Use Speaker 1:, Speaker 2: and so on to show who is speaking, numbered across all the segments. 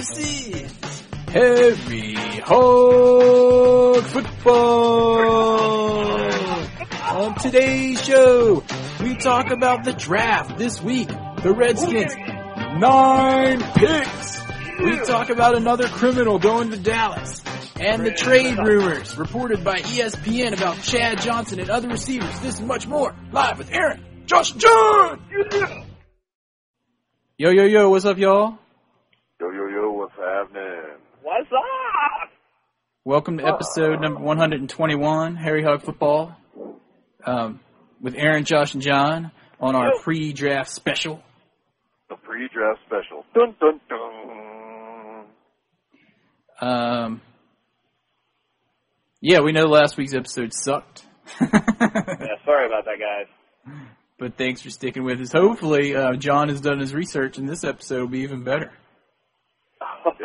Speaker 1: see.
Speaker 2: Heavy Hog Football! On today's show, we talk about the draft this week. The Redskins, nine picks! We talk about another criminal going to Dallas. And the trade rumors reported by E ESPN about Chad Johnson and other receivers. This and much more. Live with Aaron, Josh, and John! Yo, yo, yo, what's up, y'all?
Speaker 3: Yo, yo, yo, what's happening?
Speaker 1: What's up?
Speaker 2: Welcome to episode number 121, Harry Hog Football, um, with Aaron, Josh, and John on our pre-draft special.
Speaker 3: The pre-draft special. Dun dun dun.
Speaker 2: Um, yeah, we know last week's episode sucked,
Speaker 1: Yeah, sorry about that, guys.
Speaker 2: but thanks for sticking with us. Hopefully, uh, John has done his research, and this episode will be even better.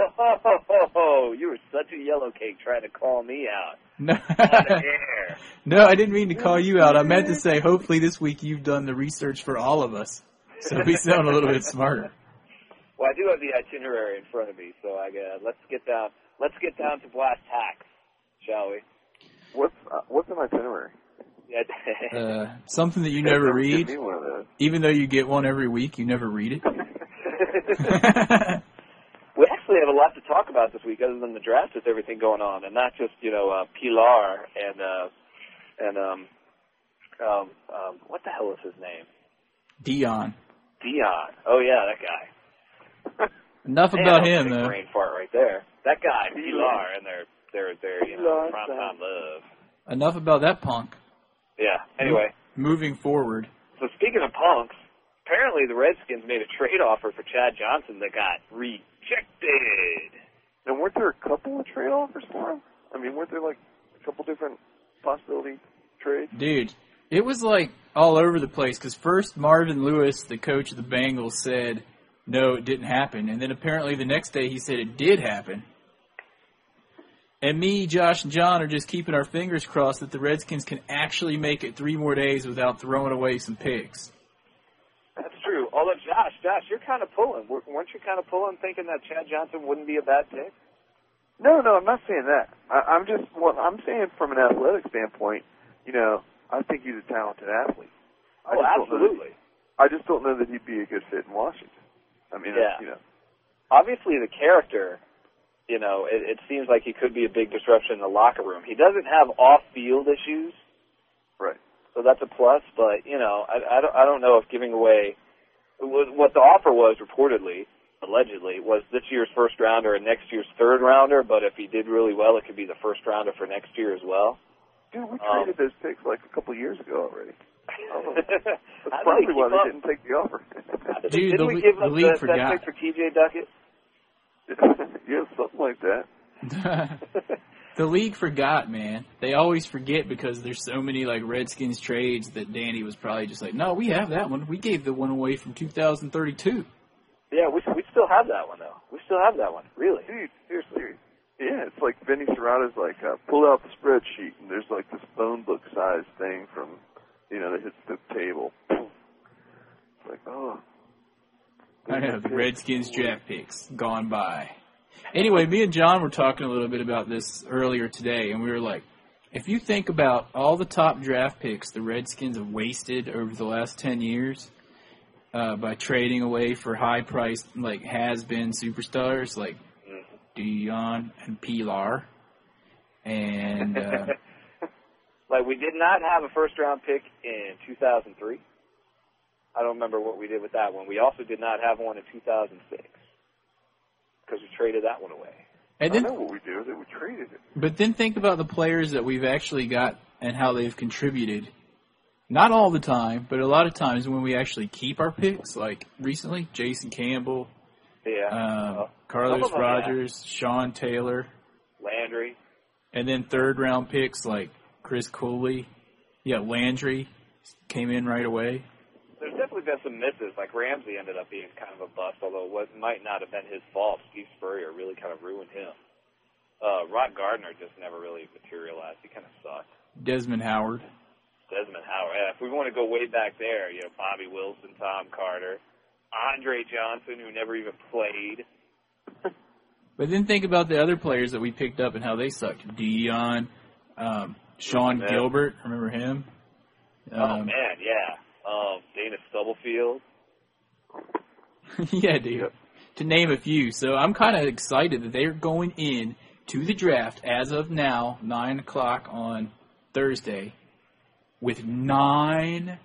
Speaker 1: Oh, you were such a yellow cake trying to call me out.
Speaker 2: No,
Speaker 1: Out of air.
Speaker 2: no, I didn't mean to call you out. I meant to say, hopefully, this week you've done the research for all of us, so we sound a little bit smarter.
Speaker 1: Well, I do have the itinerary in front of me, so I uh, let's get down. Let's get down to blast hacks, shall we?
Speaker 3: What's uh, what's an itinerary?
Speaker 1: Yeah.
Speaker 2: Uh, something that you never
Speaker 3: Give
Speaker 2: read.
Speaker 3: me one of those.
Speaker 2: even though you get one every week, you never read it.
Speaker 1: we actually have a lot to talk about this week, other than the draft with everything going on, and not just you know uh, Pilar and uh, and um, um, um, what the hell is his name?
Speaker 2: Dion.
Speaker 1: Dion. Oh yeah, that guy.
Speaker 2: Enough
Speaker 1: Man,
Speaker 2: about
Speaker 1: that was a
Speaker 2: him,
Speaker 1: big
Speaker 2: though.
Speaker 1: Brain fart right there. That guy,
Speaker 3: Pilar.
Speaker 1: Pilar, and their their their you know
Speaker 3: Pilar,
Speaker 1: primetime love.
Speaker 2: Enough about that punk.
Speaker 1: Yeah. Anyway,
Speaker 2: Moving forward.
Speaker 1: so speaking of punks, apparently the Redskins made a trade offer for Chad Johnson that got rejected.
Speaker 3: And weren't there a couple of trade offers for him? I mean, weren't there like a couple different possibility trades?
Speaker 2: Dude, it was like all over the place because first Marvin Lewis, the coach of the Bengals, said, no, it didn't happen. And then apparently the next day he said it did happen. And me, Josh, and John are just keeping our fingers crossed that the Redskins can actually make it three more days without throwing away some picks.
Speaker 1: That's true. Although Josh, Josh, you're kind of pulling. W- Weren't you kind of pulling, thinking that Chad Johnson wouldn't be a bad pick?
Speaker 3: No, no, I'm not saying that. I, I'm just well, I'm saying from an athletic standpoint, you know, I think he's a talented athlete. I just don't know
Speaker 1: oh,
Speaker 3: that-
Speaker 1: absolutely.
Speaker 3: I just don't know that he'd be a good fit in Washington. I mean,
Speaker 1: Yeah.
Speaker 3: you know,
Speaker 1: Obviously, the character. You know, it, it seems like he could be a big disruption in the locker room. He doesn't have off-field issues.
Speaker 3: right?
Speaker 1: so that's a plus. But you know, I, I don't I don't know if giving away what what the offer was reportedly, allegedly, was this year's first rounder and next year's third rounder. But if he did really well, it could be the first rounder for next year as well.
Speaker 3: Dude, we
Speaker 1: Um,
Speaker 3: traded those picks like a couple of years ago already. Oh. That's
Speaker 1: How
Speaker 3: probably
Speaker 1: did they
Speaker 3: why
Speaker 1: keep up?
Speaker 3: they didn't take the offer.
Speaker 1: Did-
Speaker 2: Dude,
Speaker 1: Didn't
Speaker 2: the
Speaker 1: we
Speaker 2: le-
Speaker 1: give
Speaker 2: the
Speaker 1: up
Speaker 2: league
Speaker 1: that-
Speaker 2: forgot.
Speaker 1: that pick for TJ Duckett?
Speaker 3: yeah, something like that.
Speaker 2: the league forgot, man. They always forget because there's so many like Redskins trades that Danny was probably just like, "No, we have that one. We gave the one away from 2032."
Speaker 1: Yeah, we we still have that one though. We still have that one. Really?
Speaker 3: Dude, seriously. Yeah, it's like Vinny Serrata's like, uh, pull out the spreadsheet, and there's like this phone book size thing from, you know, that hits the table. It's like, oh.
Speaker 2: I know the Redskins draft picks gone by. Anyway, me and John were talking a little bit about this earlier today, and we were like, if you think about all the top draft picks the Redskins have wasted over the last 10 years uh, by trading away for high priced, like, has been superstars like Dion and Pilar, and uh,
Speaker 1: Like we did not have a first round pick in 2003. I don't remember what we did with that one. We also did not have one in 2006 because we traded that one away.
Speaker 2: and
Speaker 3: I
Speaker 2: then
Speaker 3: know what we do with it. We traded it.
Speaker 2: But then think about the players that we've actually got and how they've contributed. Not all the time, but a lot of times when we actually keep our picks, like recently, Jason Campbell,
Speaker 1: Yeah, uh,
Speaker 2: um,
Speaker 1: some
Speaker 2: Carlos
Speaker 1: of them, yeah.
Speaker 2: Rogers, Sean Taylor,
Speaker 1: Landry.
Speaker 2: and then third round picks like Chris Cooley. Yeah, Landry came in right away.
Speaker 1: There's definitely been some misses. Like Ramsey ended up being kind of a bust, although it was- might not have been his fault. Steve Spurrier really kind of ruined him. Uh, Rod Gardner just never really materialized. He kind of sucked.
Speaker 2: Desmond Howard.
Speaker 1: Desmond Howard. Yeah, if we want to go way back there, you know, Bobby Wilson, Tom Carter, Andre Johnson, who never even played.
Speaker 2: But then think about the other players that we picked up and how they sucked. Dion, um, Sean
Speaker 1: Yeah.
Speaker 2: Gilbert, remember him?
Speaker 1: oh
Speaker 2: Um,
Speaker 1: man, yeah. Um, Dana Stubblefield.
Speaker 2: yeah, dude.
Speaker 3: Yep.
Speaker 2: To name a few. So I'm kind of excited that they're going in to the draft as of now, 9 o'clock on Thursday, with nine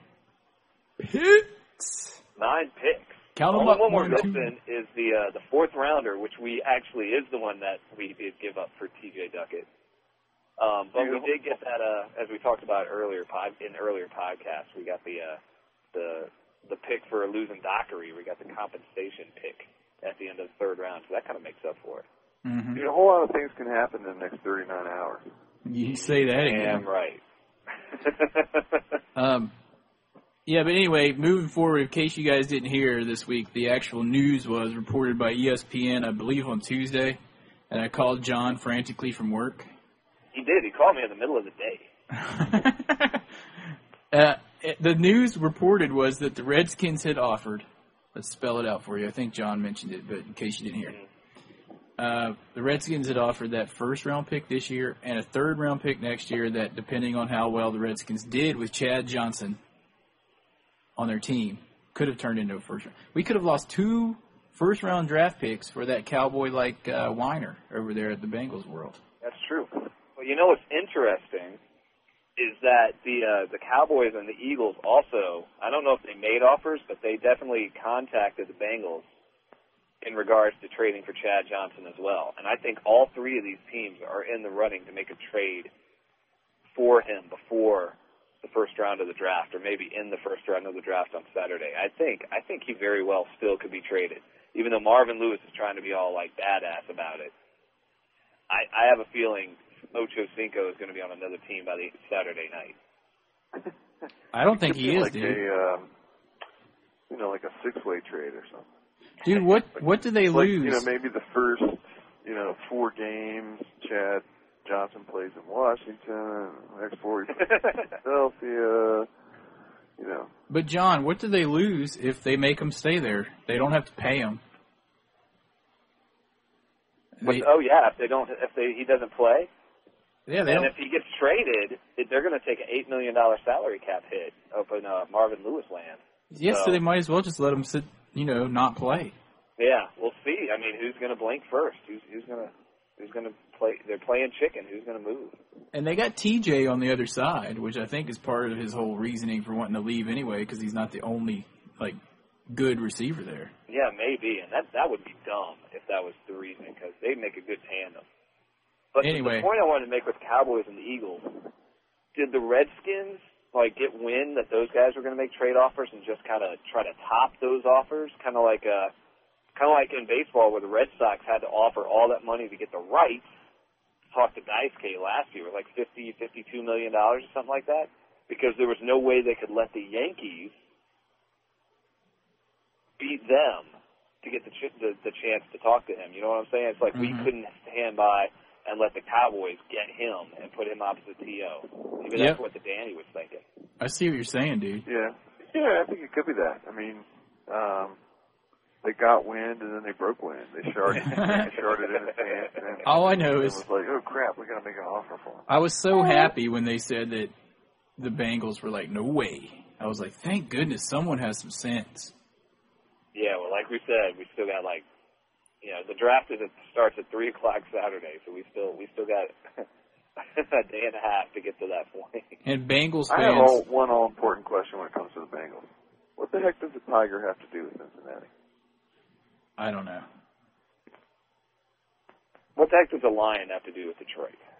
Speaker 2: picks.
Speaker 1: Nine picks.
Speaker 2: Count
Speaker 1: The
Speaker 2: them
Speaker 1: only
Speaker 2: up.
Speaker 1: one we're
Speaker 2: One, two.
Speaker 1: missing is the uh, the fourth rounder, which we actually is the one that we did give up for T.J. Duckett. Um, but we did get that, uh, as we talked about earlier pod, in earlier podcasts, we got the uh, the the pick for losing Dockery. We got the compensation pick at the end of the third round, so that kind of makes up for it.
Speaker 2: Mhm.
Speaker 3: You know, a whole lot of things can happen in the next 39 hours.
Speaker 2: You say that again.
Speaker 1: Damn right.
Speaker 2: Um, yeah, but anyway, moving forward, in case you guys didn't hear this week, the actual news was reported by E ESPN, I believe, on Tuesday. And I called John frantically from work.
Speaker 1: he did. He called me in the middle of the day.
Speaker 2: uh, it- the news reported was that the Redskins had offered. Let's spell it out for you. I think John mentioned it, but in case you didn't hear it. Uh, the Redskins had offered that first round pick this year and a third round pick next year. That, depending on how well the Redskins did with Chad Johnson on their team, could have turned into a first round. We could have lost two first round draft picks for that cowboy like uh, Weiner over there at the Bengals world.
Speaker 1: That's true. Well, you know what's interesting is that the uh, the Cowboys and the Eagles also. I don't know if they made offers, but they definitely contacted the Bengals in regards to trading for Chad Johnson as well. And I think all three of these teams are in the running to make a trade for him before the first round of the draft, or maybe in the first round of the draft on Saturday. I think I think he very well still could be traded, even though Marvin Lewis is trying to be all like badass about it. I, I have a feeling Ocho Cinco is going to be on another team by the Saturday night.
Speaker 2: I don't think
Speaker 3: Could
Speaker 2: he
Speaker 3: be
Speaker 2: is,
Speaker 3: like
Speaker 2: dude.
Speaker 3: A, um, you know, like a six-way trade or something.
Speaker 2: Dude, what what do they
Speaker 3: like,
Speaker 2: lose?
Speaker 3: You know, maybe the first, you know, four games, Chad Johnson plays in Washington, next four he plays in Philadelphia, you know.
Speaker 2: but John, what do they lose if they make them stay there? They don't have to pay them.
Speaker 1: But, oh yeah, if they don't, if they he doesn't play,
Speaker 2: yeah, they
Speaker 1: and
Speaker 2: don't.
Speaker 1: if he gets traded, it- they're going to take an eight million dollar salary cap hit up in uh, Marvin Lewis land.
Speaker 2: Yes, so
Speaker 1: no.
Speaker 2: they might as well just let them sit. You know, not play.
Speaker 1: Yeah, we'll see. I mean, who's going to blink first? Who's who's going to who's going to play? They're playing chicken. Who's going to move?
Speaker 2: And they got TJ on the other side, which I think is part of his whole reasoning for wanting to leave anyway, because he's not the only like good receiver there.
Speaker 1: Yeah, maybe, and that that would be dumb if that was the reason because they make a good tandem. But
Speaker 2: Anyway.
Speaker 1: the point I wanted to make with Cowboys and the Eagles, did the Redskins like get wind that those guys were going to make trade offers and just kind of try to top those offers, kind of like uh, kind of like in baseball where the Red Sox had to offer all that money to get the rights. Talked to Dice K last year, like fifty, fifty-two million dollars or something like that, because there was no way they could let the Yankees beat them to get the, ch- the the chance to talk to him. You know what I'm saying? It's like
Speaker 2: Mhm.
Speaker 1: we couldn't stand by and let the Cowboys get him and put him opposite T.O. Maybe
Speaker 2: Yep.
Speaker 1: that's what the Danny was thinking.
Speaker 2: I see what you're saying, dude.
Speaker 3: Yeah. Yeah, I think it could be that. I mean, um, they got wind and then they broke wind. They sharded, they sharded in his pants. And
Speaker 2: All I know
Speaker 3: it
Speaker 2: is
Speaker 3: was like, oh crap, we got to make an offer for him.
Speaker 2: I was so happy when they said that the Bengals were like, no way. I was like, thank goodness someone has some sense.
Speaker 1: Yeah, well, like we said, we still got like, you know, the draft is at, starts at three o'clock Saturday, so we still we still got a day and a half to get to that point.
Speaker 2: And Bengals
Speaker 3: I have
Speaker 2: fans,
Speaker 3: all, one all important question when it comes to the Bengals. What the heck does the Tiger have to do with Cincinnati?
Speaker 2: I don't know.
Speaker 1: What the heck does a lion have to do with Detroit?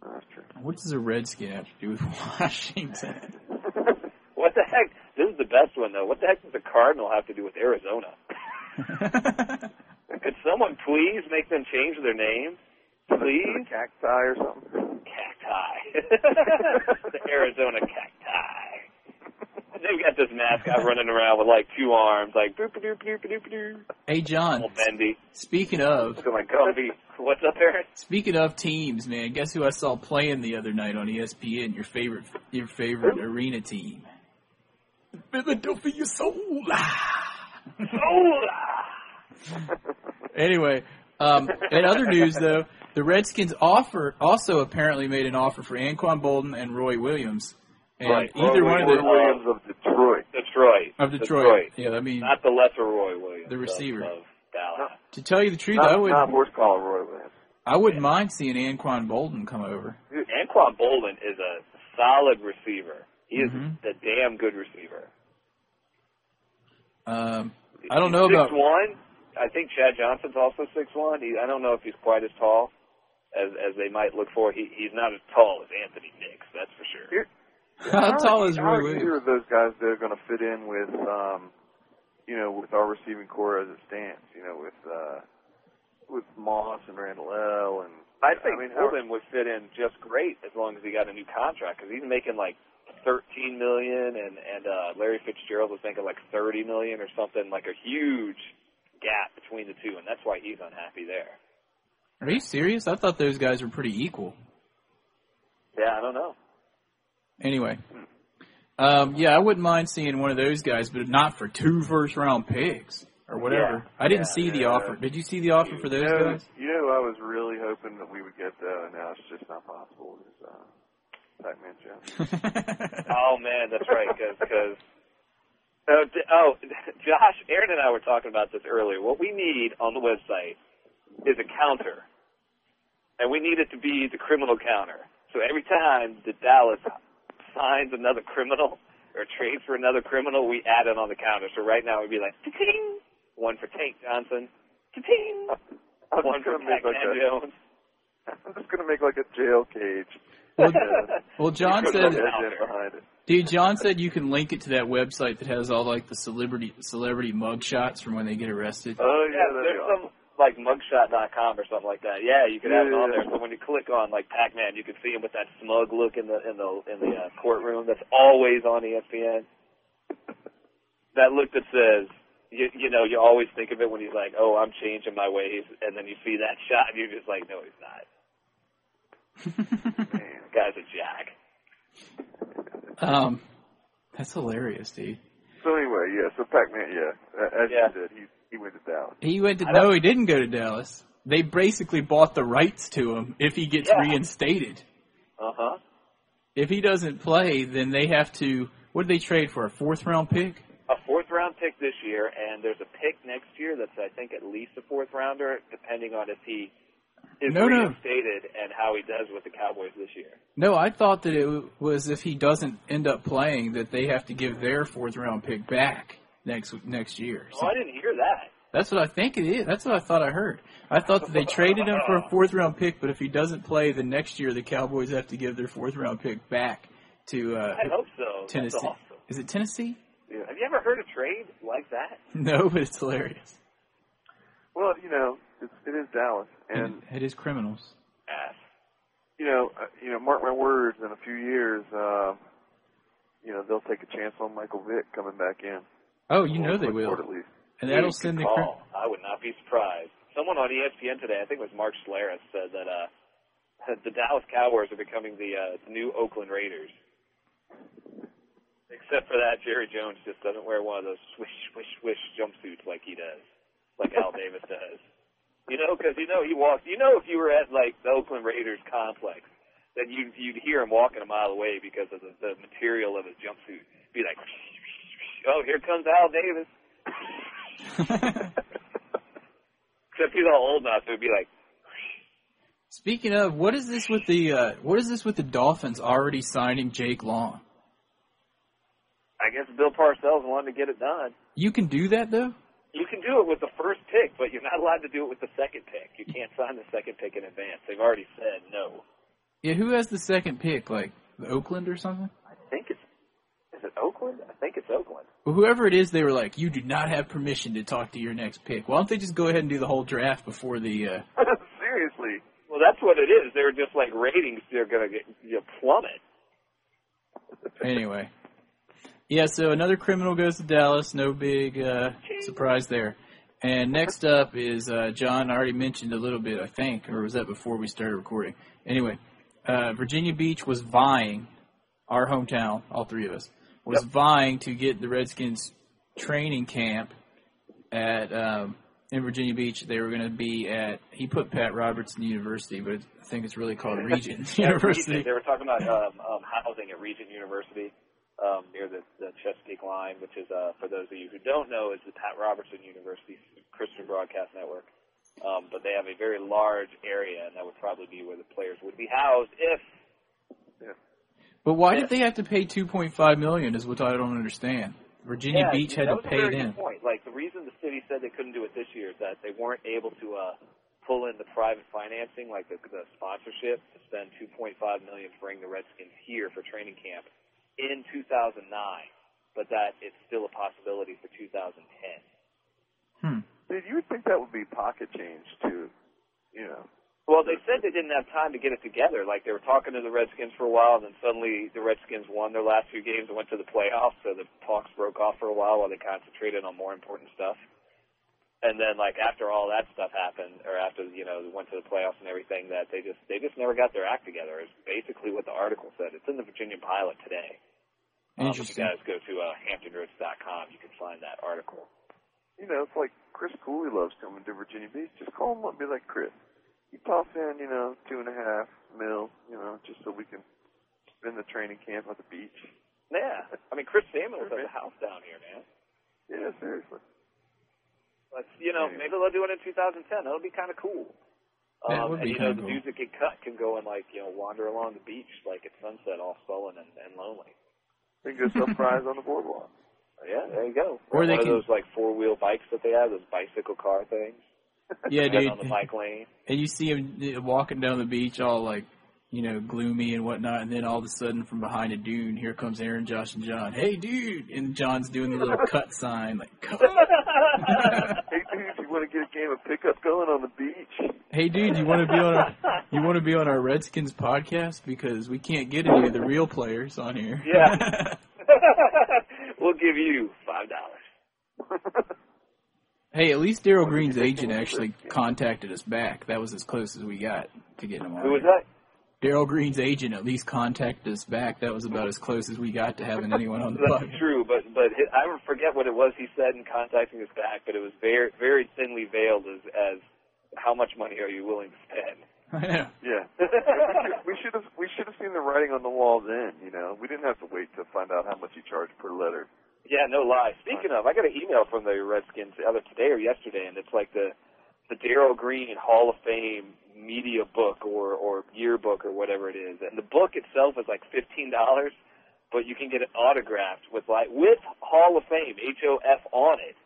Speaker 3: Oh, that's true.
Speaker 2: What does a Redskin have to do with Washington?
Speaker 1: What the heck? This is the best one though. What the heck does the Cardinal have to do with Arizona? Could someone please make them change their name?
Speaker 3: Is it
Speaker 1: Please,
Speaker 3: a cacti or something?
Speaker 1: cacti. the Arizona cacti. They've got this mascot running around with like two arms, like boop a doop doop doop doop.
Speaker 2: hey, John,
Speaker 3: Oh,
Speaker 1: Little bendy.
Speaker 2: speaking of,
Speaker 1: Looking like Gumby. What's up, Aaron?
Speaker 2: speaking of teams, man, guess who I saw playing the other night on E ESPN, your favorite, your favorite arena team? Philadelphia Soul.
Speaker 1: Hola!
Speaker 2: Anyway, um, in other news, though, the Redskins offer also apparently made an offer for Anquan Bolden and Roy Williams, and
Speaker 1: Right.
Speaker 2: either
Speaker 3: Roy
Speaker 2: one of the
Speaker 3: Williams of Detroit.
Speaker 1: Detroit.
Speaker 2: of Detroit. Yeah, I mean,
Speaker 1: Not the lesser Roy Williams.
Speaker 2: The
Speaker 1: of-
Speaker 2: receiver.
Speaker 1: Of, Dallas.
Speaker 2: to tell you the truth, I
Speaker 3: Not,
Speaker 2: would
Speaker 3: not worth calling Roy Williams.
Speaker 2: I wouldn't mind seeing Anquan Bolden come over.
Speaker 1: Anquan Bolden is a solid receiver. He is
Speaker 2: Mhm.
Speaker 1: a damn good receiver.
Speaker 2: Um, I don't know
Speaker 1: six
Speaker 2: about-
Speaker 1: one. I think Chad Johnson's also six one. He, I don't know if he's quite as tall as as they might look for. He he's not as tall as Anthony Nix, that's for sure.
Speaker 2: How tall is
Speaker 3: how
Speaker 2: Roy
Speaker 3: are
Speaker 2: Williams?
Speaker 3: either of those guys that are going to fit in with, um, you know, with our receiving core as it stands? You know, with uh, with Moss and Randall L. And
Speaker 1: I
Speaker 3: I
Speaker 1: think
Speaker 3: mean, how-
Speaker 1: Bolden would fit in just great as long as he got a new contract because he's making like thirteen million, and and uh, Larry Fitzgerald was making like thirty million or something, like a huge gap between the two, and that's why he's unhappy there.
Speaker 2: Are you serious? I thought those guys were pretty equal.
Speaker 1: Yeah, I don't know.
Speaker 2: Anyway, um, yeah, I wouldn't mind seeing one of those guys, but not for two first round picks or whatever.
Speaker 1: Yeah,
Speaker 2: I didn't
Speaker 1: yeah,
Speaker 2: see the
Speaker 3: yeah.
Speaker 2: offer. Did you see the offer for
Speaker 3: you
Speaker 2: those
Speaker 3: know,
Speaker 2: guys?
Speaker 3: you know, I was really hoping that we would get that, and now it's just not possible. Is uh, Pac-Man Jones?
Speaker 1: Oh man, that's right. Because oh, d- oh, Josh, Aaron, and I were talking about this earlier. What we need on the website is a counter, and we need it to be the criminal counter. So every time the Dallas signs another criminal or trades for another criminal, we add it on the counter. So right now it'd be like ting, one for Tank Johnson, ting,
Speaker 3: I'm just
Speaker 1: one for
Speaker 3: going to make like
Speaker 1: Pac-Man
Speaker 3: a.
Speaker 1: Jones.
Speaker 3: I'm just going to make like a jail cage.
Speaker 2: Well,
Speaker 3: Yeah.
Speaker 2: well, John
Speaker 3: Put
Speaker 2: said,
Speaker 3: an edge in behind it.
Speaker 2: dude, John said you can link it to that website that has all like the celebrity celebrity mug shots from when they get arrested.
Speaker 3: Oh yeah,
Speaker 1: Yeah,
Speaker 3: that'd be
Speaker 1: there's
Speaker 3: awesome.
Speaker 1: some like mugshot.com or something like that. Yeah, you could have it on
Speaker 3: Yeah.
Speaker 1: there. So when you click on like Pac-Man, you can see him with that smug look in the in the in the uh, courtroom. That's always on E ESPN. That look that says, you, you know, you always think of it when he's like, "Oh, I'm changing my ways," and then you see that shot, and you're just like, "No, he's not.
Speaker 3: Man.
Speaker 1: The guy's a jack."
Speaker 2: um, that's hilarious, dude.
Speaker 3: So anyway, yeah. So Pac-Man, yeah, a- as
Speaker 1: Yeah.
Speaker 3: you said, he he went to Dallas.
Speaker 2: He went to
Speaker 1: I don't-
Speaker 2: no, he didn't go to Dallas. They basically bought the rights to him if he gets
Speaker 1: Yeah.
Speaker 2: reinstated.
Speaker 1: Uh huh.
Speaker 2: If he doesn't play, then they have to. What did they trade for? A fourth round pick?
Speaker 1: a fourth round pick this year, and there's a pick next year that's I think at least a fourth rounder, depending on if he is
Speaker 2: No, no.
Speaker 1: reinstated and how he does with the Cowboys this year.
Speaker 2: No, I thought that it w- was if he doesn't end up playing that they have to give their fourth round pick back next next year.
Speaker 1: Oh,
Speaker 2: So
Speaker 1: I didn't hear that.
Speaker 2: that's what I think it is. That's what I thought I heard. I thought that they traded him for a fourth round pick, but if he doesn't play, the next year the Cowboys have to give their fourth round pick back to uh,
Speaker 1: I hope so. That's
Speaker 2: Tennessee.
Speaker 1: awesome.
Speaker 2: Is it Tennessee?
Speaker 3: Yeah.
Speaker 1: Have you ever heard a trade like that?
Speaker 2: No, but it's hilarious.
Speaker 3: Well, you know, it's, it is Dallas, and
Speaker 2: it is criminals.
Speaker 1: Ass.
Speaker 3: you know, uh, you know, mark my words, in a few years, uh, you know, they'll take a chance on Michael Vick coming back in.
Speaker 2: Oh, you know
Speaker 3: Or-
Speaker 2: they
Speaker 3: or
Speaker 2: will,
Speaker 3: At least.
Speaker 2: and that'll
Speaker 1: Good
Speaker 2: send the cri-
Speaker 1: call. I would not be surprised. Someone on E ESPN today, I think it was Mark Schlereth, said that uh, the Dallas Cowboys are becoming the uh, new Oakland Raiders. Except for that, Jerry Jones just doesn't wear one of those swish, swish, swish jumpsuits like he does, like Al Davis does. You know, because you know he walks. You know, if you were at like the Oakland Raiders complex, then you you'd hear him walking a mile away because of the, the material of his jumpsuit. Be like, oh, here comes Al Davis. Except he's all old now, so it'd be like,
Speaker 2: Speaking of, what is this with the uh, what is this with the Dolphins already signing Jake Long?
Speaker 1: I guess Bill Parcells wanted to get it done.
Speaker 2: You can do that though.
Speaker 1: You can do it with the first pick, but you're not allowed to do it with the second pick. You can't sign the second pick in advance. They've already said no.
Speaker 2: Yeah, who has the second pick? Like the Oakland or something?
Speaker 1: I think it's is it Oakland? I think it's Oakland.
Speaker 2: Well, whoever it is, they were like, you do not have permission to talk to your next pick. Why don't they just go ahead and do the whole draft before the? Uh...
Speaker 3: Seriously,
Speaker 1: Well, that's what it is. They're just like ratings. They're gonna get you plummet.
Speaker 2: Anyway, yeah. So another criminal goes to Dallas. No big uh, surprise there. And next up is uh, John. I already mentioned a little bit, I think, or was that before we started recording? Anyway, uh, Virginia Beach was vying, our hometown, all three of us, was vying to get the Redskins training camp at um, in Virginia Beach, they were going to be at. He put Pat Robertson University, but I think it's really called Regent University.
Speaker 1: They were talking about um, um, housing at Regent University um, near the, the Chesapeake line, which is, uh, for those of you who don't know, is the Pat Robertson University Christian Broadcast Network. Um, but they have a very large area, and that would probably be where the players would be housed if
Speaker 2: But why did they have to pay 2.5 million? Is what I don't understand. Virginia
Speaker 1: yeah,
Speaker 2: Beach had to
Speaker 1: that was a
Speaker 2: pay
Speaker 1: very
Speaker 2: it in.
Speaker 1: Good point. Like the reason the city said they couldn't do it this year is that they weren't able to uh, pull in the private financing, like the, the sponsorship, to spend 2.5 million to bring the Redskins here for training camp in 2009, but that it's still a possibility for 2010.
Speaker 2: Hmm.
Speaker 3: Dude, you would think that would be pocket change too. You know.
Speaker 1: Well, they said they didn't have time to get it together. Like they were talking to the Redskins for a while, and then suddenly the Redskins won their last few games and went to the playoffs. So the talks broke off for a while while they concentrated on more important stuff. And then, like after all that stuff happened, or after you know they went to the playoffs and everything, that they just they just never got their act together. Is basically what the article said. It's in the Virginia Pilot today. Um, if you
Speaker 2: Interesting.
Speaker 1: guys go to uh, HamptonRoads.com, you can find that article.
Speaker 3: You know, it's like Chris Cooley loves coming to Virginia Beach. Just call him up and be like, Chris, you toss in, you know, two and a half mil, you know, just so we can spend the training camp at the beach.
Speaker 1: Yeah, I mean Chris Samuels has
Speaker 3: Perfect.
Speaker 1: a house down here, man.
Speaker 3: Yeah, seriously.
Speaker 1: Let's, you know,
Speaker 3: Anyway.
Speaker 1: maybe they'll do it in 2010. That'll be kind of cool. Um,
Speaker 2: That would
Speaker 1: and
Speaker 2: be
Speaker 1: you know,
Speaker 2: kinda
Speaker 1: the
Speaker 2: cool.
Speaker 1: dudes that get cut can go and like you know wander along the beach like at sunset, all sullen and, and lonely.
Speaker 3: They can go sell fries on the boardwalk.
Speaker 1: Yeah, there you go.
Speaker 2: Or they
Speaker 1: one
Speaker 2: can-
Speaker 1: of those like four wheel bikes that they have, those bicycle car things.
Speaker 2: Yeah,
Speaker 1: Head
Speaker 2: dude.
Speaker 1: On the bike lane.
Speaker 2: And you see him walking down the beach, all like, you know, gloomy and whatnot. And then all of a sudden, from behind a dune, here comes Aaron, Josh, and John. Hey, dude! And John's doing the little cut sign, like, cut.
Speaker 3: Hey, dude, you want to get a game of pickup going on the beach?
Speaker 2: hey, dude, you want to be on our, you want to be on our Redskins podcast because we can't get any of the real players on here.
Speaker 1: Yeah. we'll give you five dollars.
Speaker 2: hey, at least Daryl Green's agent actually contacted us back. That was as close as we got to getting him on.
Speaker 1: Who was
Speaker 2: here.
Speaker 1: that?
Speaker 2: Daryl Green's agent at least contacted us back. That was about as close as we got to having anyone on the
Speaker 1: That's
Speaker 2: podcast.
Speaker 1: true, but but hi I forget what it was he said in contacting us back, but it was very very thinly veiled as as how much money are you willing to spend.
Speaker 2: I know.
Speaker 3: Yeah. we should have we should have seen the writing on the wall then, you know. We didn't have to wait to find out how much you charge per letter.
Speaker 1: Yeah, no lie. Speaking of, I got an email from the Redskins either today or yesterday, and it's like the the Daryl Green Hall of Fame media book or or yearbook or whatever it is, and the book itself is like fifteen dollars, but you can get it autographed with like with Hall of Fame H O F on it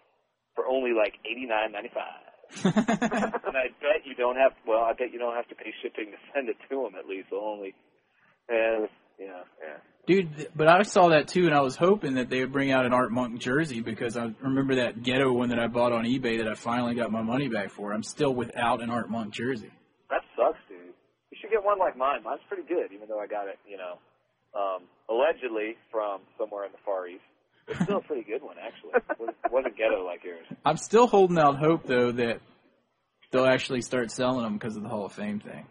Speaker 1: for only like eighty nine ninety five. and I bet you don't have. Well, I bet you don't have to pay shipping to send it to them. At least they'll only. And yeah, yeah.
Speaker 2: Dude, th- but I saw that too, and I was hoping that they would bring out an Art Monk jersey because I remember that ghetto one that I bought on eBay that I finally got my money back for. I'm still without an Art Monk jersey.
Speaker 1: That sucks, dude. You should get one like mine. Mine's pretty good, even though I got it, you know, um, allegedly from somewhere in the Far East. It's still a pretty good one, actually. It wasn't ghetto like yours.
Speaker 2: I'm still holding out hope though that they'll actually start selling them because of the Hall of Fame thing.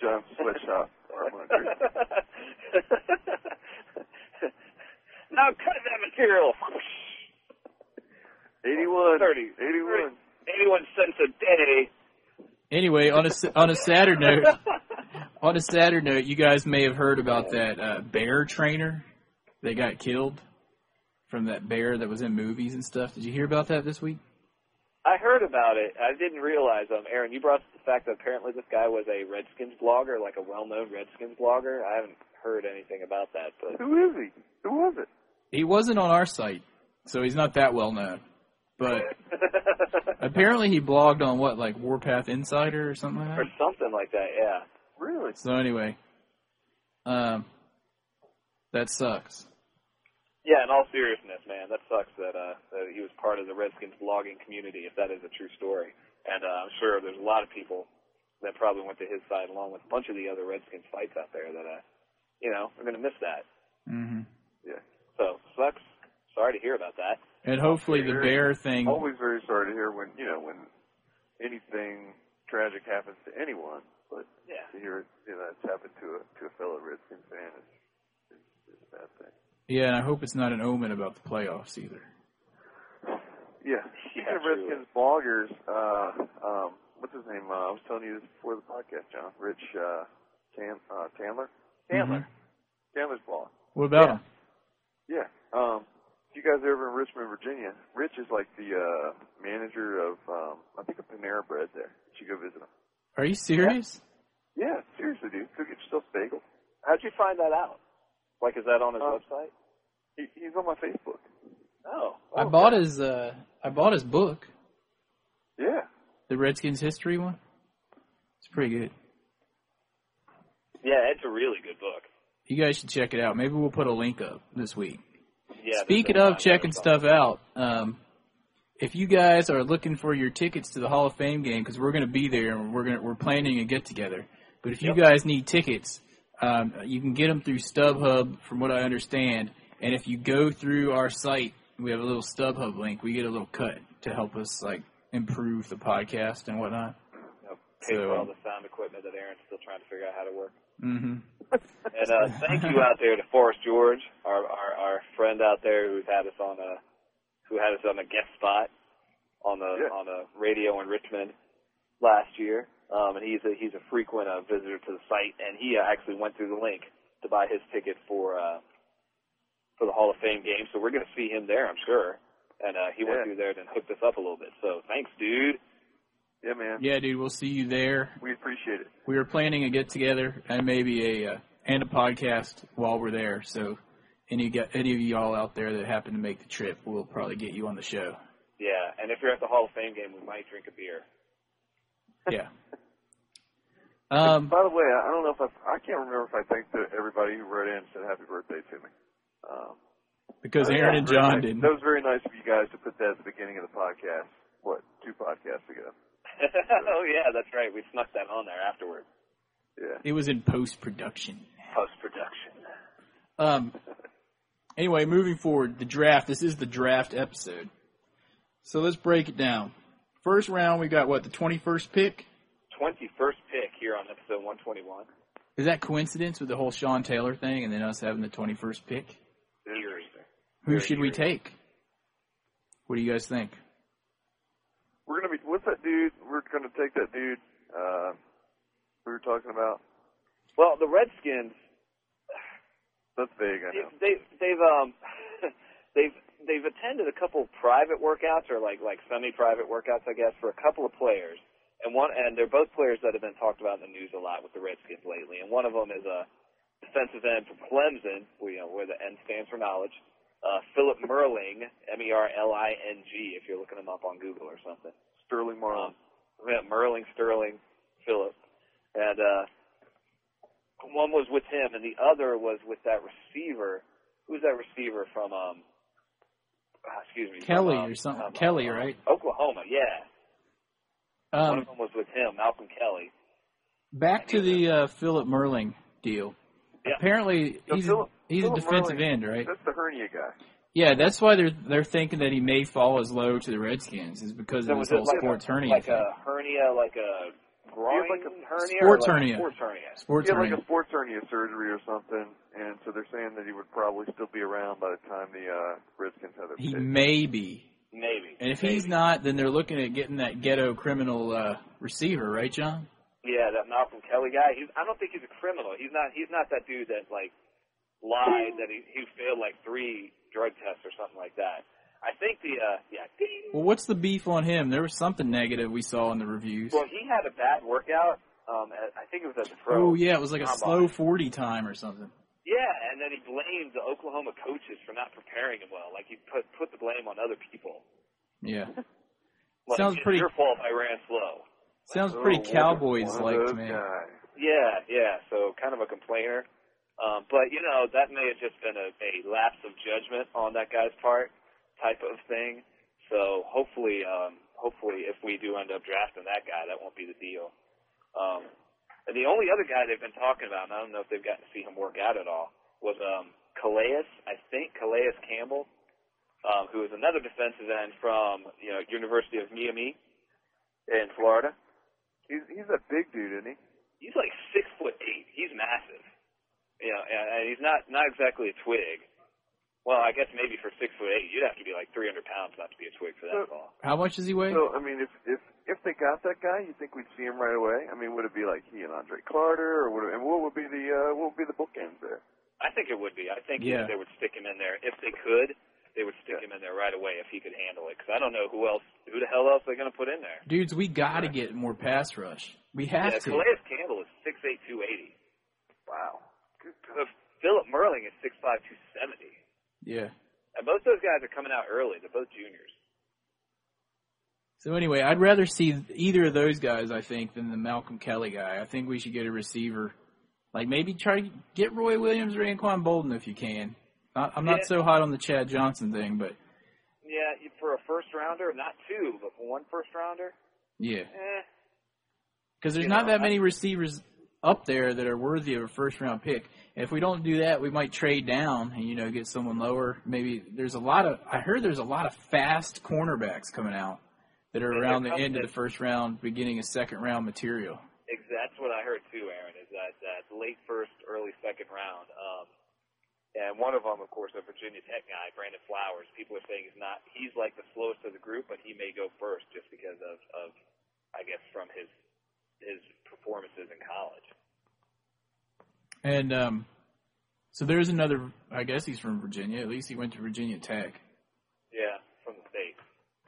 Speaker 3: John's sweatshop. Or I'm gonna drink.
Speaker 1: now cut that material.
Speaker 3: 81,
Speaker 1: 30,
Speaker 3: 81.
Speaker 1: 81 cents a day.
Speaker 2: Anyway, on a s- on a sadder note, on a sadder note, you guys may have heard about that uh, bear trainer that got killed from that bear that was in movies and stuff. Did you hear about that this week?
Speaker 1: I heard about it. I didn't realize. Um, Aaron, you brought up the fact that apparently this guy was a Redskins blogger, like a well-known Redskins blogger. I haven't heard anything about that, but
Speaker 3: Who is he? Who was it?
Speaker 2: He wasn't on our site, so he's not that well known. But apparently he blogged on what, like Warpath Insider or something like
Speaker 1: or
Speaker 2: that?
Speaker 1: something like that. Yeah.
Speaker 3: Really?
Speaker 2: So anyway. Um that sucks.
Speaker 1: Yeah, in all seriousness, man, that sucks that uh that he was part of the Redskins blogging community, if that is a true story. And uh, I'm sure there's a lot of people that probably went to his side along with a bunch of the other Redskins fights out there that uh you know, are gonna miss that.
Speaker 2: hmm
Speaker 3: Yeah.
Speaker 1: So sucks. Sorry to hear about that.
Speaker 2: And hopefully the bear thing
Speaker 3: Always very sorry to hear when you know when anything tragic happens to anyone, but
Speaker 1: Yeah.
Speaker 3: to hear it, you know it's happened to a to a fellow Redskin fan is is, is a bad thing.
Speaker 2: Yeah, and I hope it's not an omen about the playoffs either.
Speaker 3: Yeah. Speaking
Speaker 1: Yeah,
Speaker 3: of
Speaker 1: truly.
Speaker 3: Redskins bloggers, uh, um, what's his name? Uh, I was telling you this before the podcast, John. Rich uh, Tam, uh, Tamler. Tamler. Tamler's blog.
Speaker 2: Mm-hmm. What about
Speaker 3: Yeah.
Speaker 2: him?
Speaker 3: Yeah. Um, if you guys are ever in Richmond, Virginia, Rich is like the uh, manager of, um, I think, a Panera Bread there. You should go visit him.
Speaker 2: Are you serious?
Speaker 3: Yeah, seriously, dude. Go get yourself a bagel.
Speaker 1: How'd you find that out? Like, is that on his
Speaker 3: Uh,
Speaker 1: website?
Speaker 3: He, he's on my Facebook.
Speaker 1: Oh.
Speaker 2: I bought his uh I bought his book,
Speaker 3: Yeah.
Speaker 2: the Redskins history one. It's pretty good.
Speaker 1: Yeah, it's a really good book.
Speaker 2: You guys should check it out. Maybe we'll put a link up this week.
Speaker 1: Yeah.
Speaker 2: Speaking
Speaker 1: there's a
Speaker 2: of
Speaker 1: lot
Speaker 2: checking
Speaker 1: there.
Speaker 2: stuff out, um, if you guys are looking for your tickets to the Hall of Fame game, because we're going to be there and we're going to we're planning a get together. But if you
Speaker 1: Yep.
Speaker 2: guys need tickets, um, you can get them through StubHub, from what I understand. And if you go through our site, we have a little StubHub link. We get a little cut to help us like improve the podcast and whatnot.
Speaker 1: You know, pay for
Speaker 2: So-
Speaker 1: all the sound equipment that Aaron's still trying to figure out how to work.
Speaker 2: hmm
Speaker 1: And uh, thank you out there to Forrest George, our, our our friend out there who's had us on a who had us on a guest spot on the
Speaker 3: Yeah.
Speaker 1: on a radio in Richmond last year. Um, and he's a he's a frequent uh, visitor to the site, and he uh, actually went through the link to buy his ticket for uh, for the Hall of Fame game. So we're going to see him there, I'm sure. And uh, he
Speaker 3: Yeah.
Speaker 1: went through there and hooked us up a little bit. So thanks, dude.
Speaker 3: Yeah, man.
Speaker 2: Yeah, dude, we'll see you there.
Speaker 3: We appreciate it.
Speaker 2: we were planning a get together and maybe a uh, and a podcast while we're there. So any gu- any of y'all out there that happen to make the trip, we'll probably get you on the show.
Speaker 1: Yeah, and if you're at the Hall of Fame game, we might drink a beer.
Speaker 2: Yeah. Um,
Speaker 3: By the way, I I don't know if I, I can't remember if I think that everybody who wrote in said happy birthday to me. Um,
Speaker 2: because
Speaker 3: that
Speaker 2: Aaron and
Speaker 3: was very
Speaker 2: John
Speaker 3: nice-
Speaker 2: didn't.
Speaker 3: That was very nice of you guys to put that at the beginning of the podcast. What two podcasts ago?
Speaker 1: oh yeah, that's right. We snuck that on there afterwards.
Speaker 3: Yeah.
Speaker 2: It was in post production.
Speaker 1: Post production.
Speaker 2: Um. Anyway, moving forward, the draft. This is the draft episode. So let's break it down. First round, we got what the twenty-first pick.
Speaker 1: Twenty first pick here on episode one twenty one.
Speaker 2: Is that coincidence with the whole Sean Taylor thing, and then us having the twenty-first pick?
Speaker 1: Eerie.
Speaker 2: Who
Speaker 1: Very
Speaker 2: should we
Speaker 1: curious.
Speaker 2: take? What do you guys think?
Speaker 3: We're gonna be. What's that dude? We're gonna take that dude. Uh, we were talking about.
Speaker 1: Well, the Redskins
Speaker 3: That's vague. I know.
Speaker 1: they've they've, they've um they've they've attended a couple private workouts or like like semi private workouts I guess for a couple of players. And one and they're both players that have been talked about in the news a lot with the Redskins lately. And one of them is a defensive end from Clemson, where, you know, where the N stands for knowledge. Uh, Philip Merling, M E R L I N G, if you're looking him up on Google or something.
Speaker 3: Sterling Marlin.
Speaker 1: Um, we had Merling, Sterling, Phillips, and uh, one was with him, and the other was with that receiver. Who's that receiver from? Um, ah, excuse me, from,
Speaker 2: Kelly
Speaker 1: um,
Speaker 2: or something.
Speaker 1: from,
Speaker 2: Kelly,
Speaker 1: um,
Speaker 2: right?
Speaker 1: Oklahoma, yeah. one
Speaker 2: Um,
Speaker 1: of them was with him, Malcolm Kelly.
Speaker 2: back to the uh, Philip Merling deal.
Speaker 1: Yeah.
Speaker 2: Apparently,
Speaker 3: No,
Speaker 2: he's
Speaker 3: Philip-
Speaker 2: a, he's a
Speaker 3: Philip
Speaker 2: defensive
Speaker 3: Merlin.
Speaker 2: end, right?
Speaker 3: That's the hernia guy.
Speaker 2: Yeah, that's why they're they're thinking that he may fall as low to the Redskins is because
Speaker 1: So
Speaker 2: of this
Speaker 1: was it
Speaker 2: whole
Speaker 1: like
Speaker 2: sports
Speaker 1: a,
Speaker 2: hernia.
Speaker 1: like
Speaker 2: thing.
Speaker 1: a hernia, like a groin
Speaker 3: like a
Speaker 1: hernia,
Speaker 2: sports
Speaker 1: or like
Speaker 2: hernia.
Speaker 1: A sports hernia.
Speaker 2: sports
Speaker 3: he had
Speaker 2: hernia.
Speaker 3: like a sports hernia surgery or something, and so they're saying that he would probably still be around by the time the uh, Redskins had their
Speaker 2: he
Speaker 3: pick.
Speaker 2: may be,
Speaker 1: Maybe.
Speaker 2: and if
Speaker 1: Maybe.
Speaker 2: he's not, then they're looking at getting that ghetto criminal uh, receiver, right, John?
Speaker 1: Yeah, that Malcolm Kelly guy. He's, I don't think he's a criminal. He's not. He's not that dude that like lied that he he failed like three drug tests or something like that. I think the uh yeah. Ding.
Speaker 2: Well, what's the beef on him? There was something negative we saw in the reviews.
Speaker 1: Well, he had a bad workout. Um, at, I think it was at the
Speaker 2: Oh
Speaker 1: pro.
Speaker 2: yeah, it was like a
Speaker 1: Combine.
Speaker 2: slow forty time or something.
Speaker 1: Yeah, and then he blamed the Oklahoma coaches for not preparing him well. Like he put put the blame on other people.
Speaker 2: Yeah,
Speaker 1: Like,
Speaker 2: Sounds
Speaker 1: it's
Speaker 2: pretty-
Speaker 1: your fault. I ran slow.
Speaker 2: sounds
Speaker 3: Oh,
Speaker 2: pretty
Speaker 3: what a-
Speaker 2: Cowboys
Speaker 3: one of
Speaker 2: like to me.
Speaker 3: those guys.
Speaker 1: Yeah, yeah. So kind of a complainer. Um, but you know that may have just been a, a lapse of judgment on that guy's part, type of thing. So hopefully, um, hopefully, if we do end up drafting that guy, that won't be the deal. Um, and the only other guy they've been talking about, and I don't know if they've gotten to see him work out at all, was um, Calais. I think Calais Campbell, um, who is another defensive end from you know University of Miami in Florida.
Speaker 3: He's he's a big dude, isn't he?
Speaker 1: he's like six foot eight. He's massive. You know, and, and he's not not exactly a twig. Well, I guess maybe for six foot eight, you'd have to be like 300 pounds not to be a twig for that
Speaker 3: So-
Speaker 1: tall.
Speaker 2: How much does he weigh?
Speaker 3: So I mean, if if if they got that guy, you think we'd see him right away? I mean, would it be like he and Andre Carter, or would and what would be the uh, what would be the bookends there?
Speaker 1: I think it would be. I think
Speaker 2: Yeah.
Speaker 1: they would stick him in there if they could. They would stick
Speaker 3: Yeah.
Speaker 1: him in there right away if he could handle it. Because I don't know who else, who the hell else they're going to put in there.
Speaker 2: Dudes, we gotta get more pass rush. We have
Speaker 1: yeah,
Speaker 2: to.
Speaker 1: Calais Campbell is six eight two eighty.
Speaker 3: Wow. Good
Speaker 1: Uh, Philip Merling is six five two seventy.
Speaker 2: Yeah.
Speaker 1: And both those guys are coming out early. They're both juniors.
Speaker 2: So anyway, I'd rather see either of those guys, I think, than the Malcolm Kelly guy. I think we should get a receiver. Like maybe try to get Roy Williams or Anquan Bolden if you can. Not, I'm not
Speaker 1: Yeah.
Speaker 2: so hot on the Chad Johnson thing, but
Speaker 1: Yeah, you- for a first rounder, not two, but for one first rounder,
Speaker 2: yeah,
Speaker 1: eh.
Speaker 2: because there's
Speaker 1: You
Speaker 2: not
Speaker 1: know,
Speaker 2: that
Speaker 1: I-
Speaker 2: many receivers up there that are worthy of a first round pick. If we don't do that, we might trade down and you know get someone lower. Maybe there's a lot of I heard there's a lot of fast cornerbacks coming out that are
Speaker 1: Yeah,
Speaker 2: around the
Speaker 1: they're
Speaker 2: end of
Speaker 1: coming-
Speaker 2: the first round, beginning of second round material.
Speaker 1: Ex- That's what I heard too, Aaron. Is that that late first, early second round? Um, and one of them, of course, a Virginia Tech guy, Brandon Flowers. People are saying he's not. He's like the slowest of the group, but he may go first just because of, of I guess, from his his performances in college.
Speaker 2: And um, so there's another. I guess he's from Virginia. At least he went to Virginia Tech.
Speaker 1: Yeah, from the state.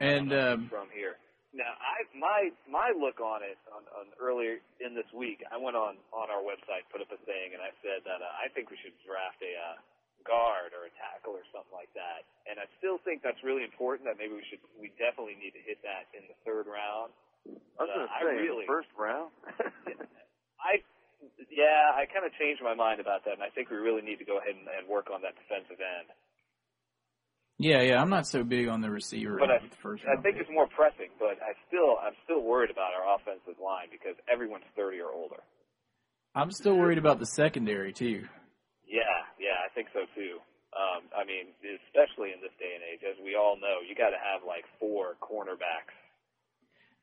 Speaker 2: And um,
Speaker 1: from here. Now, I my my look on it on, on earlier in this week, I went on on our website, put up a thing, and I said that uh, I think we should draft a uh, guard or a tackle or something like that. And I still think that's really important. That maybe we should we definitely need to hit that in the third round.
Speaker 3: I was gonna
Speaker 1: Uh, I
Speaker 3: say
Speaker 1: really-
Speaker 3: first round.
Speaker 1: I yeah, I kind of changed my mind about that, and I think we really need to go ahead and, and work on that defensive end.
Speaker 2: yeah, yeah, I'm not so big on the receiver.
Speaker 1: But I,
Speaker 2: with the first
Speaker 1: I
Speaker 2: round
Speaker 1: think
Speaker 2: pick.
Speaker 1: it's more pressing. But I still I'm still worried about our offensive line because everyone's 30 or older.
Speaker 2: I'm still worried about the secondary too.
Speaker 1: Yeah, yeah, I think so too. Um, I mean, especially in this day and age, as we all know, you got to have like four cornerbacks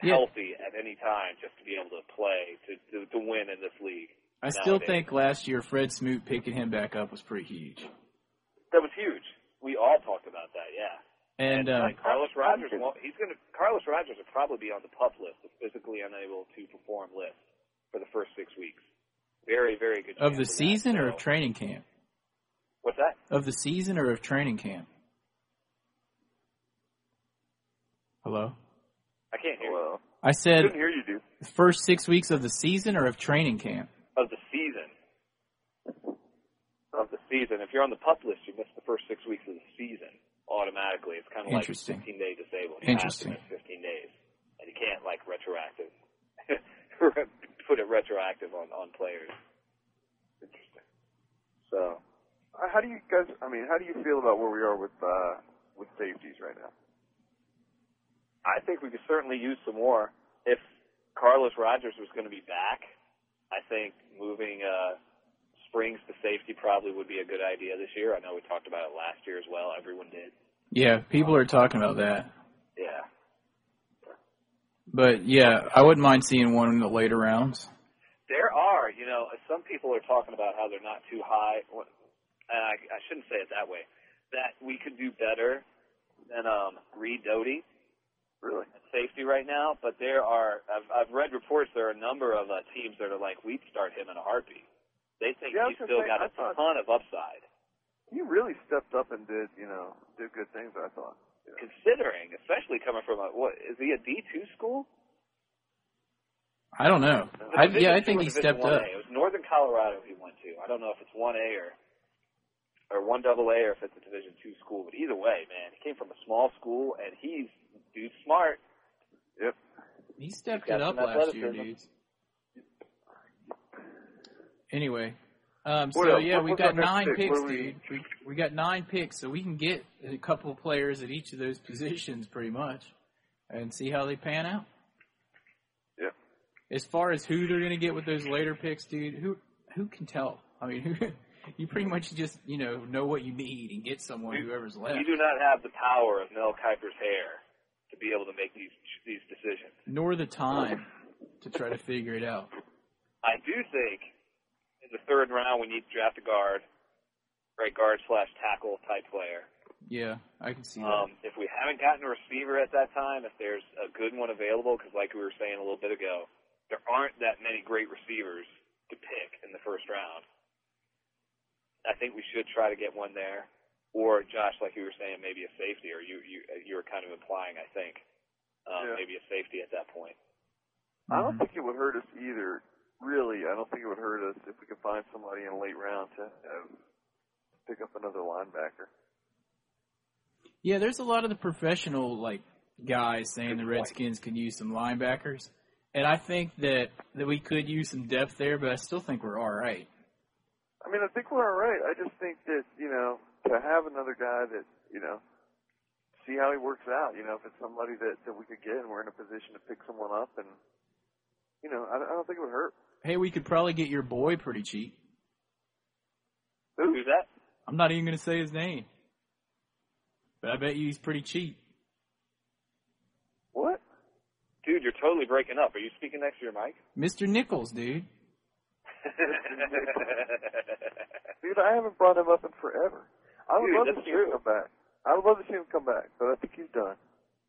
Speaker 2: Yeah.
Speaker 1: healthy at any time just to be able to play to to, to win in this league.
Speaker 2: I still
Speaker 1: Nowadays.
Speaker 2: think last year Fred Smoot picking him back up was pretty huge.
Speaker 1: That was huge. We all talked about that. Yeah.
Speaker 2: And uh,
Speaker 1: like, Carlos Rogers,
Speaker 3: I'm-
Speaker 1: won't, he's gonna. Carlos Rogers will probably be on the pup list, the physically unable to perform list for the first six weeks. Very, very good.
Speaker 2: of
Speaker 1: chance
Speaker 2: the
Speaker 1: that.
Speaker 2: season or
Speaker 1: So-
Speaker 2: of training camp?
Speaker 1: what's that?
Speaker 2: Of the season or of training camp? Hello.
Speaker 1: I can't hear.
Speaker 3: well,
Speaker 2: I said
Speaker 3: couldn't hear you, dude.
Speaker 2: first six weeks of the season or of training camp.
Speaker 1: Of the season. Of the season. If you're on the pup list, you miss the first six weeks of the season automatically. It's kind of like
Speaker 2: Interesting.
Speaker 1: 15 day disabled. You have to
Speaker 2: Interesting.
Speaker 1: miss 15 days, and you can't like retroactive put it retroactive on on players.
Speaker 3: Interesting. So, uh, how do you guys? I mean, how do you feel about where we are with uh, with safeties right now?
Speaker 1: I think we could certainly use some more. If Carlos Rogers was going to be back, I think moving uh, Springs to safety probably would be a good idea this year. I know we talked about it last year as well. Everyone did.
Speaker 2: Yeah, people are talking about that.
Speaker 1: Yeah.
Speaker 2: But yeah, I wouldn't mind seeing one in the later rounds.
Speaker 1: There are, you know, some people are talking about how they're not too high. What- And I, I shouldn't say it that way. That we could do better than um, Reed Doty
Speaker 3: Really?
Speaker 1: at safety right now. But there are, I've, I've read reports. There are a number of uh, teams that are like, we'd start him in a heartbeat. They think
Speaker 3: Yeah, I was
Speaker 1: he's
Speaker 3: gonna
Speaker 1: still
Speaker 3: say, I
Speaker 1: got a
Speaker 3: thought-
Speaker 1: ton of upside.
Speaker 3: He really stepped up and did, you know, did good things. I thought. Yeah.
Speaker 1: Considering, especially coming from a what is he a D two school?
Speaker 2: I don't know.
Speaker 1: It was
Speaker 2: I,
Speaker 1: Division
Speaker 2: yeah, I
Speaker 1: two
Speaker 2: think
Speaker 1: or
Speaker 2: he
Speaker 1: Division
Speaker 2: stepped up.
Speaker 1: 1A. It was Northern Colorado he went to. I don't know if it's one A or or one double A or if it's a Division two school, but either way, man, he came from a small school and he's dude smart.
Speaker 3: Yep.
Speaker 2: He stepped
Speaker 1: He's got
Speaker 2: it up
Speaker 1: some
Speaker 2: last year,
Speaker 1: athleticism.
Speaker 2: dudes. Anyway, um,
Speaker 3: What
Speaker 2: so
Speaker 3: else?
Speaker 2: yeah,
Speaker 3: What-
Speaker 2: we've
Speaker 3: what's
Speaker 2: got
Speaker 3: our next
Speaker 2: nine
Speaker 3: pick?
Speaker 2: picks,
Speaker 3: What do we-
Speaker 2: dude. We we got nine picks, so we can get a couple of players at each of those positions, pretty much, and see how they pan out.
Speaker 3: Yep.
Speaker 2: As far as who they're gonna get with those later picks, dude, who who can tell? I mean, who, you pretty much just you know know what you need and get someone
Speaker 1: You-
Speaker 2: whoever's left.
Speaker 1: You do not have the power of Mel Kiper's hair to be able to make these these decisions.
Speaker 2: nor the
Speaker 3: Um,
Speaker 2: time to try to figure it out.
Speaker 1: I do think in the third round we need to draft a guard. right guard slash tackle type player.
Speaker 2: Yeah, I can see that.
Speaker 1: Um, if we haven't gotten a receiver at that time, if there's a good one available, because like we were saying a little bit ago, there aren't that many great receivers to pick in the first round. I think we should try to get one there, or Josh, like you were saying, maybe a safety, or you you you were kind of implying, I think, um,
Speaker 3: Yeah.
Speaker 1: maybe a safety at that point.
Speaker 3: I don't
Speaker 2: Mhm.
Speaker 3: think it would hurt us either. Really, I don't think it would hurt us if we could find somebody in a late round to uh, pick up another linebacker.
Speaker 2: Yeah, there's a lot of the professional like guys saying the
Speaker 1: Good point.
Speaker 2: Redskins could use some linebackers, and I think that that we could use some depth there, but I still think we're all right.
Speaker 3: I mean, I think we're all right. I just think that you know to have another guy that you know see how he works out. You know, if it's somebody that that we could get and we're in a position to pick someone up, and you know, I, don't- I don't think it would hurt.
Speaker 2: Hey, we could probably get your boy pretty cheap.
Speaker 1: Who's that?
Speaker 2: I'm not even going to say his name, but I bet you he's pretty cheap.
Speaker 3: What?
Speaker 1: Dude, you're totally breaking up. Are you speaking next to your mic?
Speaker 2: Mr. Nichols, dude.
Speaker 3: Dude, I haven't brought him up in forever. I would
Speaker 1: Dude,
Speaker 3: love to
Speaker 1: that's
Speaker 3: see
Speaker 1: true.
Speaker 3: him come back. I would love to see him come back, but I think he's done.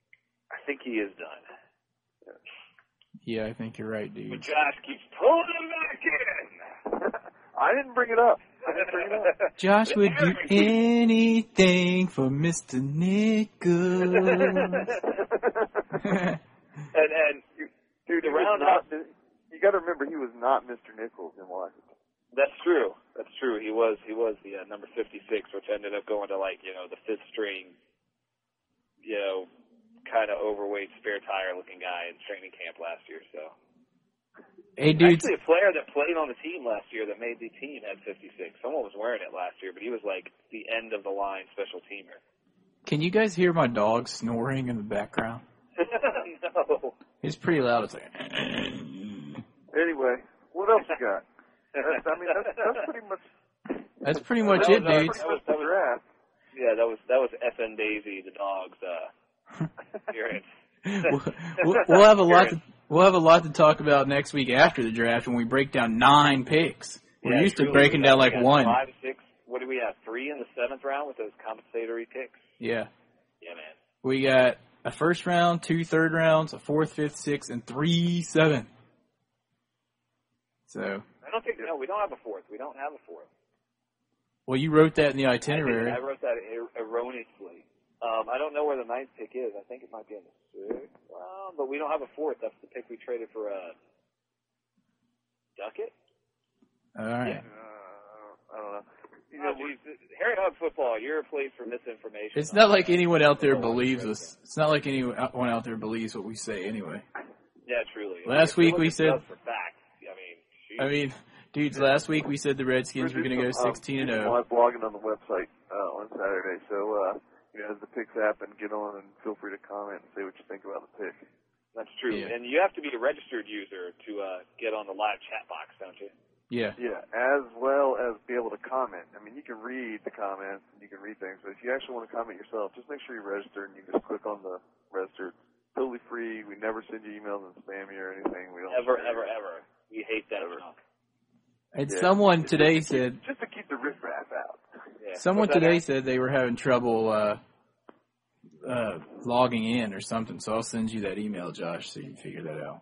Speaker 1: I think he is done.
Speaker 2: Yeah, I think you're right,
Speaker 1: But
Speaker 2: dude.
Speaker 1: Josh keeps pulling him back in.
Speaker 3: I didn't bring it up. I didn't bring it up.
Speaker 2: Josh would do anything for Mr. Nichols.
Speaker 1: and and
Speaker 3: Dude, he
Speaker 1: The
Speaker 3: was
Speaker 1: round
Speaker 3: not, you got to remember, he was not Mr. Nichols in Washington.
Speaker 1: that's true. That's true. He was he was the uh, number 56, which ended up going to like you know the fifth string, you know, kind of overweight spare tire looking guy in training camp last year. So
Speaker 2: hey, dude.
Speaker 1: actually, a player that played on the team last year that made the team had 56. Someone was wearing it last year, but he was like the end of the line special teamer.
Speaker 2: Can you guys hear my dog snoring in the background?
Speaker 1: no.
Speaker 2: It's pretty loud. It's like,
Speaker 3: Anyway, what else you got? That's, I mean, that's, that's pretty much.
Speaker 2: that's pretty much
Speaker 1: No,
Speaker 2: it,
Speaker 1: no,
Speaker 2: dude.
Speaker 3: Pretty much the draft.
Speaker 1: Yeah, that was that was FN Daisy, the dog's uh, experience.
Speaker 2: We'll, we'll have a lot to we'll have a lot to talk about next week after the draft when we break down nine picks. We're
Speaker 1: Yeah,
Speaker 2: used to
Speaker 1: truly,
Speaker 2: breaking
Speaker 1: we
Speaker 2: down
Speaker 1: got-
Speaker 2: like
Speaker 1: we got
Speaker 2: one.
Speaker 1: Five, six. What do we have? Three in the seventh round with those compensatory picks.
Speaker 2: Yeah,
Speaker 1: Yeah, man.
Speaker 2: we got a first round, two third rounds, a fourth, fifth, sixth, and three seventh. So,
Speaker 1: I don't think no, we don't have a fourth. We don't have a fourth.
Speaker 2: well, you wrote that in the
Speaker 1: I, think
Speaker 2: itinerary.
Speaker 1: I wrote that er- erroneously. Um, I don't know where the ninth pick is. I think it might be in the sixth round, but we don't have a fourth. That's the pick we traded for uh, Duckett.
Speaker 2: All right,
Speaker 3: Uh, I don't know. You know,
Speaker 1: Oh, geez. Harry Hog football. You're a place for misinformation.
Speaker 2: it's not like anyone out there believes us. It's not like anyone out there believes what we say anyway.
Speaker 1: Yeah, truly.
Speaker 2: Last
Speaker 1: If you
Speaker 2: week
Speaker 1: look
Speaker 2: we
Speaker 1: at
Speaker 2: said-
Speaker 1: stuff for facts. I mean, geez.
Speaker 2: I mean, dudes, last week we said the Redskins were going to go
Speaker 3: Produce some, um,
Speaker 2: 16 and oh.
Speaker 3: produce
Speaker 2: 0.
Speaker 3: Live blogging on the website uh, on Saturday, so uh, you know, as the picks happen, get on and feel free to comment and say what you think about the pick.
Speaker 1: That's true.
Speaker 2: Yeah.
Speaker 1: And you have to be a registered user to uh, get on the live chat box, don't you?
Speaker 2: Yeah.
Speaker 3: Yeah, as well as be able to comment. I mean, you can read the comments and you can read things, but if you actually want to comment yourself, just make sure you register and you just click on the register. Totally free. We never send you emails and spam you or anything. We don't
Speaker 1: Ever, ever, ever. We hate that junk.
Speaker 2: And
Speaker 3: Yeah.
Speaker 2: someone today said
Speaker 3: Just to keep the riffraff out.
Speaker 1: Yeah.
Speaker 2: someone
Speaker 1: What's that
Speaker 2: today
Speaker 1: app?
Speaker 2: said they were having trouble uh, uh, logging in or something. So I'll send you that email, Josh, so you can figure that out.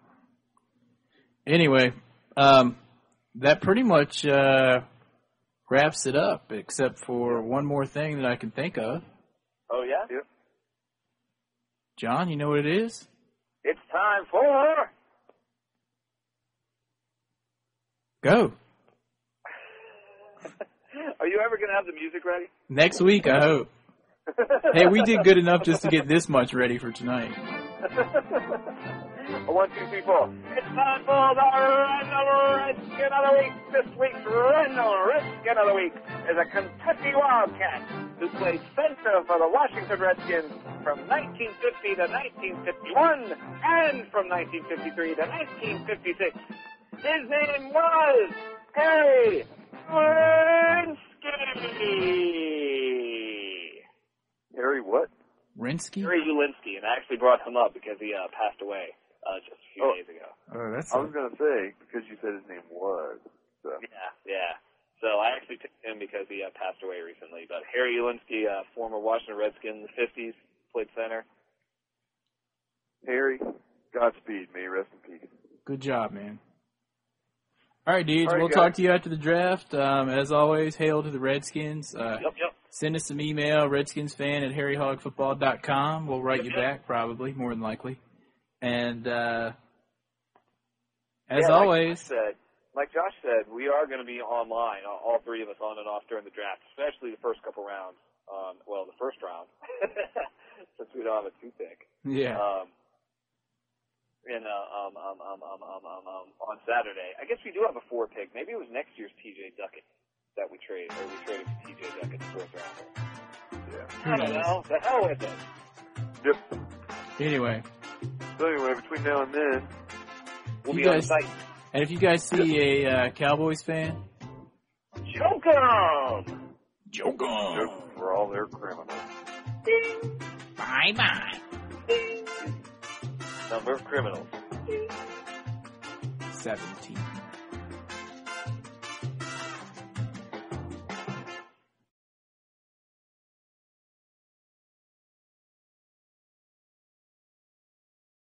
Speaker 2: Anyway, um, that pretty much uh, wraps it up, except for one more thing that I can think of.
Speaker 1: Oh yeah.
Speaker 3: Yep.
Speaker 2: John, you know what it is?
Speaker 1: It's time for.
Speaker 2: Go
Speaker 1: Are you ever gonna have the music ready?
Speaker 2: next week. I hope. Hey, we did good enough just to get this much ready for tonight.
Speaker 1: One, two, three, four. It's time for the Random Redskin of the Week. This week's Random Redskin of the Week is a Kentucky Wildcat who played center for the Washington Redskins from 1950 to 1951 and from 1953 to 1956. His name was Harry Ulinsky.
Speaker 3: Harry, what?
Speaker 2: Rinsky?
Speaker 1: Harry Ulinsky, and I actually brought him up because he uh, passed away uh, just a few
Speaker 3: Oh.
Speaker 1: days ago.
Speaker 2: Oh, that's
Speaker 3: I was going to say, because you said his name was. So.
Speaker 1: Yeah, yeah. So I actually picked him because he uh, passed away recently. But Harry Ulinsky, uh, former Washington Redskin in the 50s, played center.
Speaker 3: Harry, Godspeed. May you rest in peace.
Speaker 2: Good job, man. All right, dudes.
Speaker 3: All right,
Speaker 2: we'll
Speaker 3: guys.
Speaker 2: talk to you after the draft. Um, as always, hail to the Redskins. Uh,
Speaker 1: Yep, yep.
Speaker 2: Send us some email, redskinsfan at harryhogfootball.com. We'll write you
Speaker 1: Yep, yep.
Speaker 2: back, probably, more than likely. And uh, as
Speaker 1: Yeah,
Speaker 2: always,
Speaker 1: like Josh, said, like Josh said, we are going to be online, all- all three of us on and off during the draft, especially the first couple rounds. Um, well, the first round, since we don't have a two pick.
Speaker 2: yeah.
Speaker 1: Um, in uh, um, um, um, um, um, um, um, on Saturday, I guess we do have a four pick. Maybe it was next year's TJ Duckett that we traded, or we traded for TJ Duckett the fourth rounder.
Speaker 3: Yeah.
Speaker 2: Who
Speaker 1: I don't
Speaker 2: knows?
Speaker 1: know. The hell with it.
Speaker 3: Yep.
Speaker 2: Anyway,
Speaker 3: So anyway, between now and then,
Speaker 1: We'll
Speaker 2: You
Speaker 1: be
Speaker 2: guys-
Speaker 1: on site.
Speaker 2: and if you guys see a uh, Cowboys fan,
Speaker 1: Choke 'em!
Speaker 2: joke
Speaker 3: just for all their criminals.
Speaker 2: Bye bye.
Speaker 1: Number of criminals.
Speaker 2: 17.